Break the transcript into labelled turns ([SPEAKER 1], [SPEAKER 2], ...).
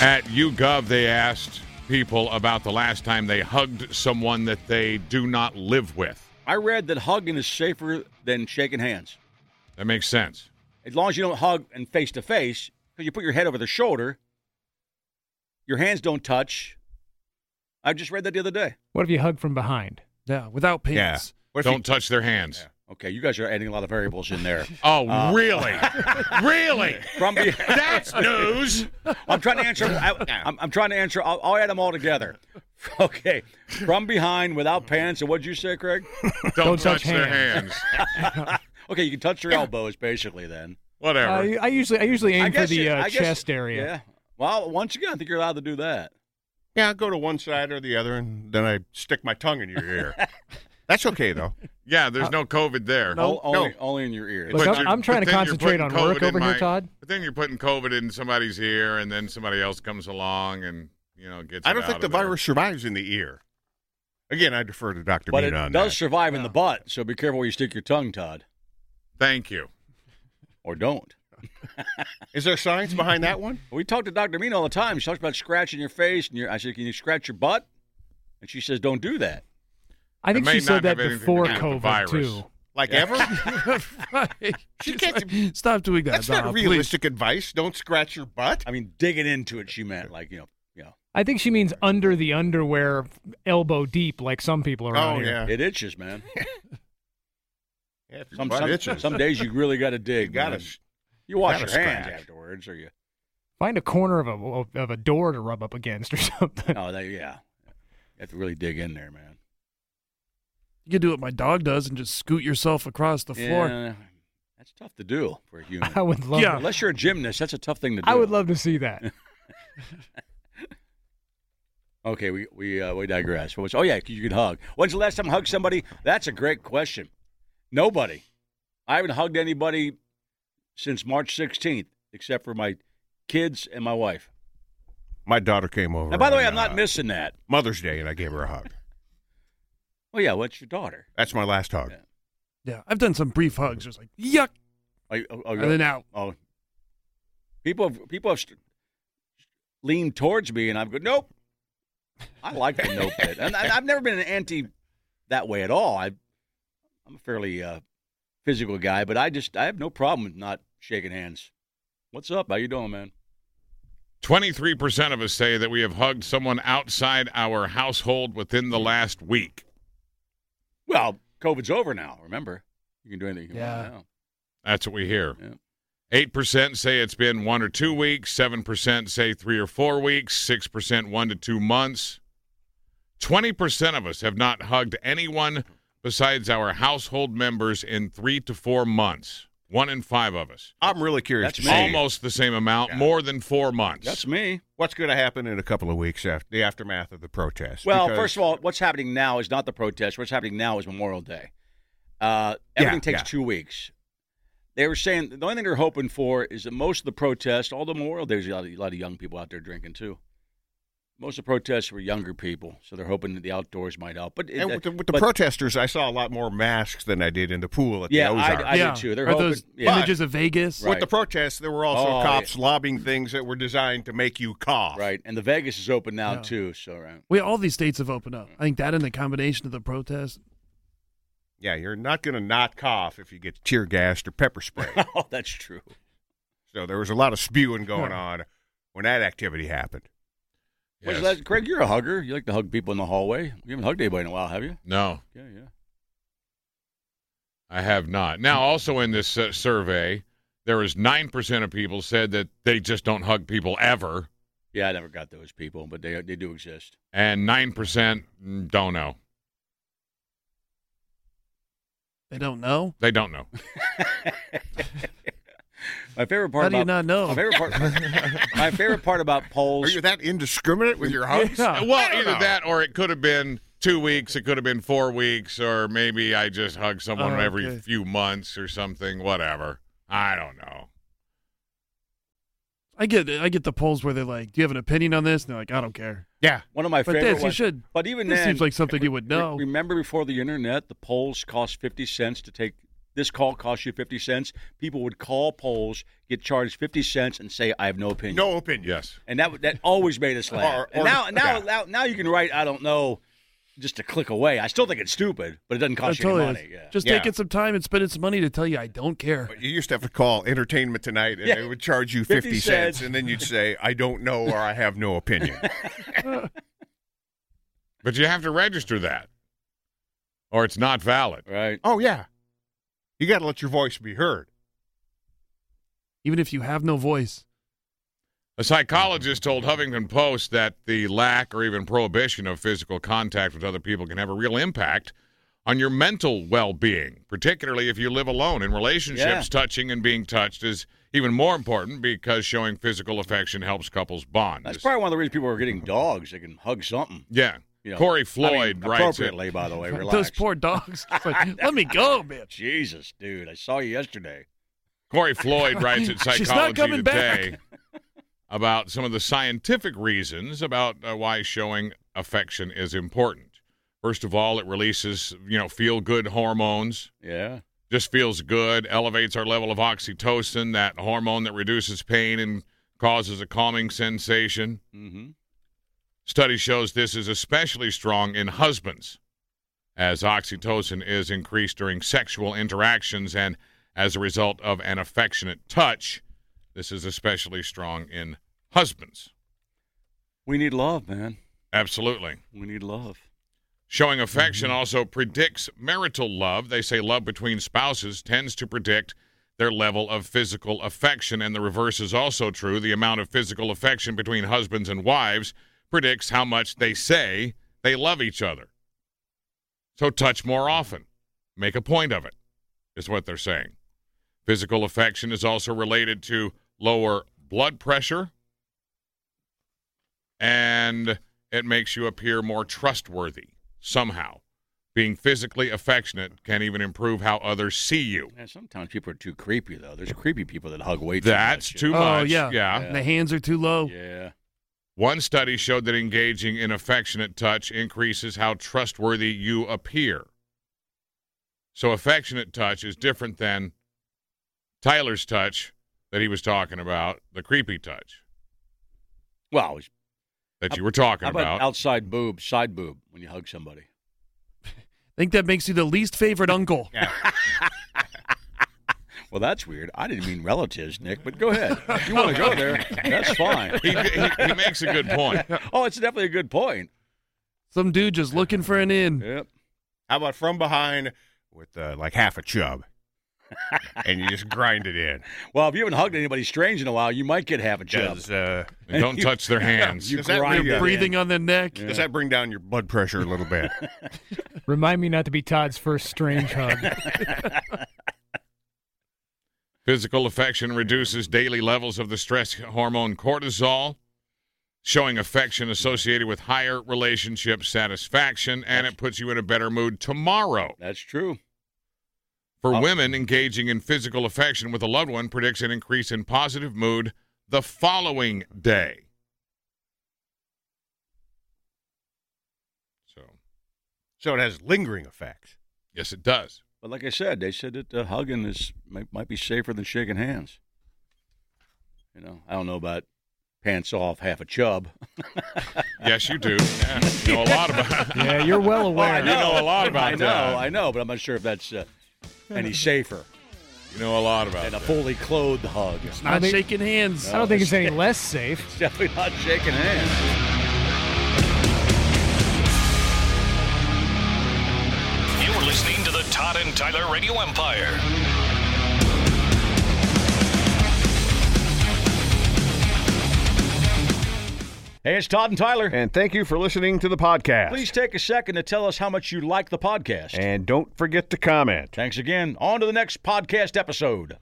[SPEAKER 1] At YouGov, they asked people about the last time they hugged someone that they do not live with.
[SPEAKER 2] I read that hugging is safer than shaking hands.
[SPEAKER 1] That makes sense.
[SPEAKER 2] As long as you don't hug and face to face, because you put your head over the shoulder, your hands don't touch. I just read that the other day.
[SPEAKER 3] What if you hug from behind?
[SPEAKER 4] Yeah, without pants.
[SPEAKER 1] Yeah. Don't touch their hands.
[SPEAKER 2] Okay, you guys are adding a lot of variables in there.
[SPEAKER 1] Oh, really? really?
[SPEAKER 2] From be-
[SPEAKER 1] That's news.
[SPEAKER 2] I'm trying to answer. I, I'm, I'm trying to answer. I'll, I'll add them all together. Okay, from behind without pants. And what'd you say, Craig?
[SPEAKER 1] Don't,
[SPEAKER 3] Don't
[SPEAKER 1] touch,
[SPEAKER 3] touch
[SPEAKER 1] their hands.
[SPEAKER 2] Okay, you can touch your elbows, basically. Then
[SPEAKER 1] Whatever.
[SPEAKER 3] Uh, I, I usually I usually aim
[SPEAKER 2] I
[SPEAKER 3] for
[SPEAKER 2] guess
[SPEAKER 3] the
[SPEAKER 2] you-
[SPEAKER 3] uh,
[SPEAKER 2] I guess-
[SPEAKER 3] chest area.
[SPEAKER 2] Yeah. Well, once again, I think you're allowed to do that.
[SPEAKER 5] Yeah, I go to one side or the other, and then I stick my tongue in your ear. That's okay though.
[SPEAKER 1] yeah, there's no COVID there.
[SPEAKER 2] No, only,
[SPEAKER 5] no.
[SPEAKER 2] only in your ear.
[SPEAKER 3] uh, Look, I'm,
[SPEAKER 1] you're-
[SPEAKER 3] I'm trying
[SPEAKER 1] but
[SPEAKER 3] to
[SPEAKER 1] then you're
[SPEAKER 3] concentrate
[SPEAKER 1] putting
[SPEAKER 3] on
[SPEAKER 1] COVID
[SPEAKER 3] work
[SPEAKER 1] in
[SPEAKER 3] over
[SPEAKER 1] my-
[SPEAKER 3] here, Todd.
[SPEAKER 1] But then you're putting COVID in somebody's ear, and then somebody else comes along and you know gets.
[SPEAKER 5] I
[SPEAKER 1] it
[SPEAKER 5] don't think
[SPEAKER 1] out
[SPEAKER 5] the
[SPEAKER 1] of there.
[SPEAKER 5] virus survives in the ear. Again, I defer to Doctor
[SPEAKER 2] but
[SPEAKER 5] Mead
[SPEAKER 2] it
[SPEAKER 5] on
[SPEAKER 2] does
[SPEAKER 5] that.
[SPEAKER 2] survive in the butt, so be careful where you stick your tongue, Todd,
[SPEAKER 1] Thank you.
[SPEAKER 2] or don't.
[SPEAKER 5] Is there science behind that one?
[SPEAKER 2] We talk to Dr. Mean all the time. She talks about scratching your face, and your, I said, "Can you scratch your butt?" And she says, "Don't do that."
[SPEAKER 3] I think
[SPEAKER 1] may
[SPEAKER 3] she
[SPEAKER 1] not
[SPEAKER 3] said that
[SPEAKER 1] have anything to
[SPEAKER 3] before
[SPEAKER 1] do with the
[SPEAKER 3] COVID
[SPEAKER 1] virus.
[SPEAKER 3] too.
[SPEAKER 5] Like ever?
[SPEAKER 4] She's
[SPEAKER 5] can't
[SPEAKER 4] like, stop doing that.
[SPEAKER 5] That's
[SPEAKER 4] Donna,
[SPEAKER 5] not
[SPEAKER 4] please."
[SPEAKER 5] realistic advice. Don't scratch your butt.
[SPEAKER 2] I mean, digging into it, she meant like you know, you know,
[SPEAKER 3] I think she means under the underwear, elbow deep, like some people around
[SPEAKER 5] Oh
[SPEAKER 3] here.
[SPEAKER 5] yeah.
[SPEAKER 2] it itches, man.
[SPEAKER 5] Yeah, if your
[SPEAKER 2] Some
[SPEAKER 5] butt
[SPEAKER 2] some,
[SPEAKER 5] itches,
[SPEAKER 2] some days you really got to dig.
[SPEAKER 5] you gotta
[SPEAKER 2] man. you wash your
[SPEAKER 5] gotta
[SPEAKER 2] hands
[SPEAKER 5] scratch.
[SPEAKER 2] afterwards, or you.
[SPEAKER 3] Find a corner of a of a door to rub up against or something.
[SPEAKER 2] No, they, yeah, you have to really dig in there, man.
[SPEAKER 4] You can do what my dog does and just scoot yourself across the floor.
[SPEAKER 2] Yeah, that's tough to do for a human.
[SPEAKER 3] I would love.
[SPEAKER 4] Yeah.
[SPEAKER 3] to-
[SPEAKER 2] Unless you're a gymnast, that's a tough thing to do.
[SPEAKER 3] I would love to see that.
[SPEAKER 2] Okay, we we uh, we digress. What was, oh yeah, you can hug. When's the last time I hugged somebody? That's a great question. Nobody. I haven't hugged anybody since March 16th, except for my kids and my wife.
[SPEAKER 5] My daughter came over.
[SPEAKER 2] And by the way,
[SPEAKER 5] on,
[SPEAKER 2] I'm not
[SPEAKER 5] uh,
[SPEAKER 2] missing that.
[SPEAKER 5] Mother's Day, and I gave her a hug.
[SPEAKER 2] Oh yeah, what's your daughter?
[SPEAKER 5] That's my last hug.
[SPEAKER 2] Yeah.
[SPEAKER 4] Yeah, I've done some brief hugs. Just like yuck,
[SPEAKER 2] Are you- oh, oh,
[SPEAKER 4] and then out.
[SPEAKER 2] oh. people have people have st- leaned towards me, and I've go nope. I like the nope bit, and I, I've never been an anti that way at all. I I'm a fairly uh, physical guy, but I just I have no problem with not shaking hands. What's up? How you doing, man?
[SPEAKER 1] 23% of us say that we have hugged someone outside our household within the last week.
[SPEAKER 2] Well, COVID's over now. Remember, you can do anything. You
[SPEAKER 4] Yeah.
[SPEAKER 2] want now.
[SPEAKER 1] That's what we hear.
[SPEAKER 2] Yeah.
[SPEAKER 1] 8% say it's been one or two weeks. 7% say three or four weeks. 6% one to two months. 20% of us have not hugged anyone besides our household members in three to four months. One in five of us.
[SPEAKER 5] I'm really curious
[SPEAKER 2] That's
[SPEAKER 5] to
[SPEAKER 2] me.
[SPEAKER 5] see
[SPEAKER 1] Almost the same amount,
[SPEAKER 5] Yeah.
[SPEAKER 1] more than four months.
[SPEAKER 2] That's me.
[SPEAKER 5] what's going to happen in a couple of weeks after the aftermath of the protest.
[SPEAKER 2] Well,
[SPEAKER 5] Because-
[SPEAKER 2] first of all, what's happening now is not the protest. What's happening now is Memorial Day. Uh, everything
[SPEAKER 5] Yeah,
[SPEAKER 2] takes
[SPEAKER 5] yeah.
[SPEAKER 2] two weeks. They were saying the only thing they're hoping for is that most of the protests, all the Memorial Day, there's a lot, of, a lot of young people out there drinking too. Most of the protests were younger people, so they're hoping that the outdoors might help. But it-
[SPEAKER 5] and with the, with the
[SPEAKER 2] but-
[SPEAKER 5] protesters, I saw a lot more masks than I did in the pool at
[SPEAKER 2] yeah,
[SPEAKER 5] the
[SPEAKER 2] I,
[SPEAKER 5] Ozarks.
[SPEAKER 2] I
[SPEAKER 4] yeah,
[SPEAKER 2] did too. They're
[SPEAKER 4] Are
[SPEAKER 2] hoping,
[SPEAKER 4] those
[SPEAKER 2] yeah.
[SPEAKER 4] images of Vegas?
[SPEAKER 2] Right.
[SPEAKER 5] With the protests, there were also
[SPEAKER 2] Oh,
[SPEAKER 5] cops lobbing things that were designed to make you cough.
[SPEAKER 2] right? And the Vegas is open now
[SPEAKER 4] Yeah.
[SPEAKER 2] too, so uh, right.
[SPEAKER 4] Wait, all these states have opened up. I think that and the combination of the protest.
[SPEAKER 5] Yeah, you're not going to not cough if you get tear gassed or pepper spray.
[SPEAKER 2] oh, that's true.
[SPEAKER 5] so there was a lot of spewing going on when that activity happened.
[SPEAKER 2] When's
[SPEAKER 1] Yes.
[SPEAKER 2] the last- Craig, you're a hugger. You like to hug people in the hallway. You haven't hugged anybody in a while, have you?
[SPEAKER 1] No.
[SPEAKER 2] Yeah, yeah.
[SPEAKER 1] I have not. Now, also in this uh, survey, there is nine percent of people said that they just don't hug people ever,
[SPEAKER 2] Yeah, I never got those people, but they they do exist.
[SPEAKER 1] and nine percent don't know.
[SPEAKER 4] They don't know.
[SPEAKER 1] They don't know.
[SPEAKER 2] My favorite part
[SPEAKER 4] How do you not
[SPEAKER 2] about
[SPEAKER 4] know?
[SPEAKER 2] my favorite part my favorite part about
[SPEAKER 5] Are
[SPEAKER 2] polls
[SPEAKER 5] you that indiscriminate with your hugs?
[SPEAKER 4] Yeah.
[SPEAKER 1] well,
[SPEAKER 5] I don't
[SPEAKER 1] either
[SPEAKER 5] know.
[SPEAKER 1] that, or it could have been two weeks. It could have been four weeks, or maybe I just hug someone
[SPEAKER 4] Oh,
[SPEAKER 1] every
[SPEAKER 4] okay.
[SPEAKER 1] few months or something. Whatever. I don't know.
[SPEAKER 4] I get I get the polls where they're like, "Do you have an opinion on this?" And they're like, "I don't care."
[SPEAKER 5] Yeah.
[SPEAKER 2] one of my
[SPEAKER 4] But
[SPEAKER 2] favorite
[SPEAKER 4] this, you
[SPEAKER 2] ones-
[SPEAKER 4] should-
[SPEAKER 2] but even
[SPEAKER 4] this
[SPEAKER 2] then
[SPEAKER 4] seems like something you would
[SPEAKER 2] re-
[SPEAKER 4] know.
[SPEAKER 2] remember before the internet the polls cost 50 cents to take This call costs you 50 cents. People would call polls, get charged 50 cents, and say, I have no opinion.
[SPEAKER 5] No opinion.
[SPEAKER 1] Yes.
[SPEAKER 2] And that that always made us laugh.
[SPEAKER 5] Or-
[SPEAKER 2] And
[SPEAKER 5] or-
[SPEAKER 2] now, now,
[SPEAKER 5] yeah.
[SPEAKER 2] now, now you can write, I don't know, just a click away. I still think it's stupid, but it doesn't
[SPEAKER 4] I
[SPEAKER 2] cost you
[SPEAKER 4] tell
[SPEAKER 2] any
[SPEAKER 4] you,
[SPEAKER 2] money. Yeah.
[SPEAKER 4] Just
[SPEAKER 5] Yeah.
[SPEAKER 4] taking some time and spending some money to tell you I don't care.
[SPEAKER 5] But you used to have to call entertainment tonight and
[SPEAKER 2] Yeah.
[SPEAKER 5] they would charge you 50,
[SPEAKER 2] 50
[SPEAKER 5] cents.
[SPEAKER 2] cents.
[SPEAKER 5] and then you'd say, I don't know or I have no opinion.
[SPEAKER 1] But you have to register that, or it's not valid.
[SPEAKER 2] right.
[SPEAKER 5] oh, yeah. You got to let your voice be heard.
[SPEAKER 4] Even if you have no voice,
[SPEAKER 1] A psychologist told Huffington Post that the lack or even prohibition of physical contact with other people can have a real impact on your mental well being, particularly if you live alone. In relationships,
[SPEAKER 2] Yeah.
[SPEAKER 1] touching and being touched is even more important because showing physical affection helps couples bond.
[SPEAKER 2] That's
[SPEAKER 1] This-
[SPEAKER 2] probably one of the reasons people are getting dogs. They can hug something.
[SPEAKER 1] yeah.
[SPEAKER 2] You know.
[SPEAKER 1] Corey
[SPEAKER 2] I mean,
[SPEAKER 1] Floyd writes it.
[SPEAKER 2] appropriately, by the way. Relax.
[SPEAKER 4] those poor dogs. It's like, let me go, bitch.
[SPEAKER 2] Jesus, dude, I saw you yesterday.
[SPEAKER 1] Corey Floyd writes at
[SPEAKER 4] She's
[SPEAKER 1] Psychology
[SPEAKER 4] not coming back.
[SPEAKER 1] Today about some of the scientific reasons about uh, why showing affection is important. First of all, it releases, you know, feel good hormones.
[SPEAKER 2] Yeah.
[SPEAKER 1] Just feels good, elevates our level of oxytocin, that hormone that reduces pain and causes a calming sensation.
[SPEAKER 2] Mm-hmm.
[SPEAKER 1] Study shows this is especially strong in husbands, as oxytocin is increased during sexual interactions and as a result of an affectionate touch. This is especially strong in husbands.
[SPEAKER 2] We need love, man.
[SPEAKER 1] Absolutely.
[SPEAKER 2] We need love.
[SPEAKER 1] Showing affection also predicts marital love. They say love between spouses tends to predict their level of physical affection, and the reverse is also true. The amount of physical affection between husbands and wives predicts how much they say they love each other. So touch more often. Make a point of it, is what they're saying. Physical affection is also related to lower blood pressure, and it makes you appear more trustworthy somehow. Being physically affectionate can even improve how others see you.
[SPEAKER 2] Yeah, sometimes people are too creepy though. There's creepy people that hug way too
[SPEAKER 1] That's
[SPEAKER 2] much. Oh.
[SPEAKER 1] too
[SPEAKER 4] Oh,
[SPEAKER 1] much.
[SPEAKER 4] yeah. And the hands are too low.
[SPEAKER 2] Yeah.
[SPEAKER 1] One study showed that engaging in affectionate touch increases how trustworthy you appear. So, affectionate touch is different than Tyler's touch that he was talking about, the creepy touch
[SPEAKER 2] Wow.
[SPEAKER 1] that you were talking
[SPEAKER 2] How about
[SPEAKER 1] about.
[SPEAKER 2] outside boob, side boob when you hug somebody?
[SPEAKER 4] I think that makes you the least favorite uncle.
[SPEAKER 2] Well, that's weird. I didn't mean relatives, Nick, but go ahead. You want to go there? That's fine.
[SPEAKER 1] he, he, he makes a good point.
[SPEAKER 2] Oh, it's definitely a good point.
[SPEAKER 4] Some dude just looking for an in.
[SPEAKER 2] Yep.
[SPEAKER 5] How about from behind with uh, like half a chub? and you just grind it in.
[SPEAKER 2] Well, if you haven't hugged anybody strange in a while, you might get half a chub.
[SPEAKER 5] Does, uh,
[SPEAKER 1] And don't touch their hands.
[SPEAKER 2] You
[SPEAKER 5] Does that
[SPEAKER 2] grind
[SPEAKER 5] really-
[SPEAKER 2] it in.
[SPEAKER 4] Breathing on the neck.
[SPEAKER 5] does that bring down your blood pressure a little bit?
[SPEAKER 3] Remind me not to be Todd's first strange hug.
[SPEAKER 1] Physical affection reduces daily levels of the stress hormone cortisol, showing affection associated with higher relationship satisfaction, and it puts you in a better mood tomorrow.
[SPEAKER 2] That's true.
[SPEAKER 1] For
[SPEAKER 2] Oh.
[SPEAKER 1] women, engaging in physical affection with a loved one predicts an increase in positive mood the following day. So,
[SPEAKER 5] so it has lingering effects.
[SPEAKER 1] yes, it does.
[SPEAKER 2] But like I said, they said that uh, hugging is might, might be safer than shaking hands. You know, I don't know about pants off, half a chub.
[SPEAKER 1] Yes, you do. Yeah, you know a lot about.
[SPEAKER 3] yeah, you're well aware.
[SPEAKER 1] You know a lot about
[SPEAKER 2] I Oh, know,
[SPEAKER 1] that.
[SPEAKER 2] I know, but I'm not sure if that's uh, any safer
[SPEAKER 1] You know a lot about.
[SPEAKER 2] than a
[SPEAKER 1] that.
[SPEAKER 2] fully clothed hug. It's
[SPEAKER 4] Not
[SPEAKER 3] think-
[SPEAKER 4] shaking hands.
[SPEAKER 3] I don't think it's any less safe.
[SPEAKER 2] definitely not shaking hands.
[SPEAKER 6] You're listening to the Todd and Tyler Radio Empire.
[SPEAKER 2] Hey, it's Todd and Tyler.
[SPEAKER 7] And thank you for listening to the podcast.
[SPEAKER 2] Please take a second to tell us how much you like the podcast.
[SPEAKER 7] And don't forget to comment.
[SPEAKER 2] Thanks again. On to the next podcast episode.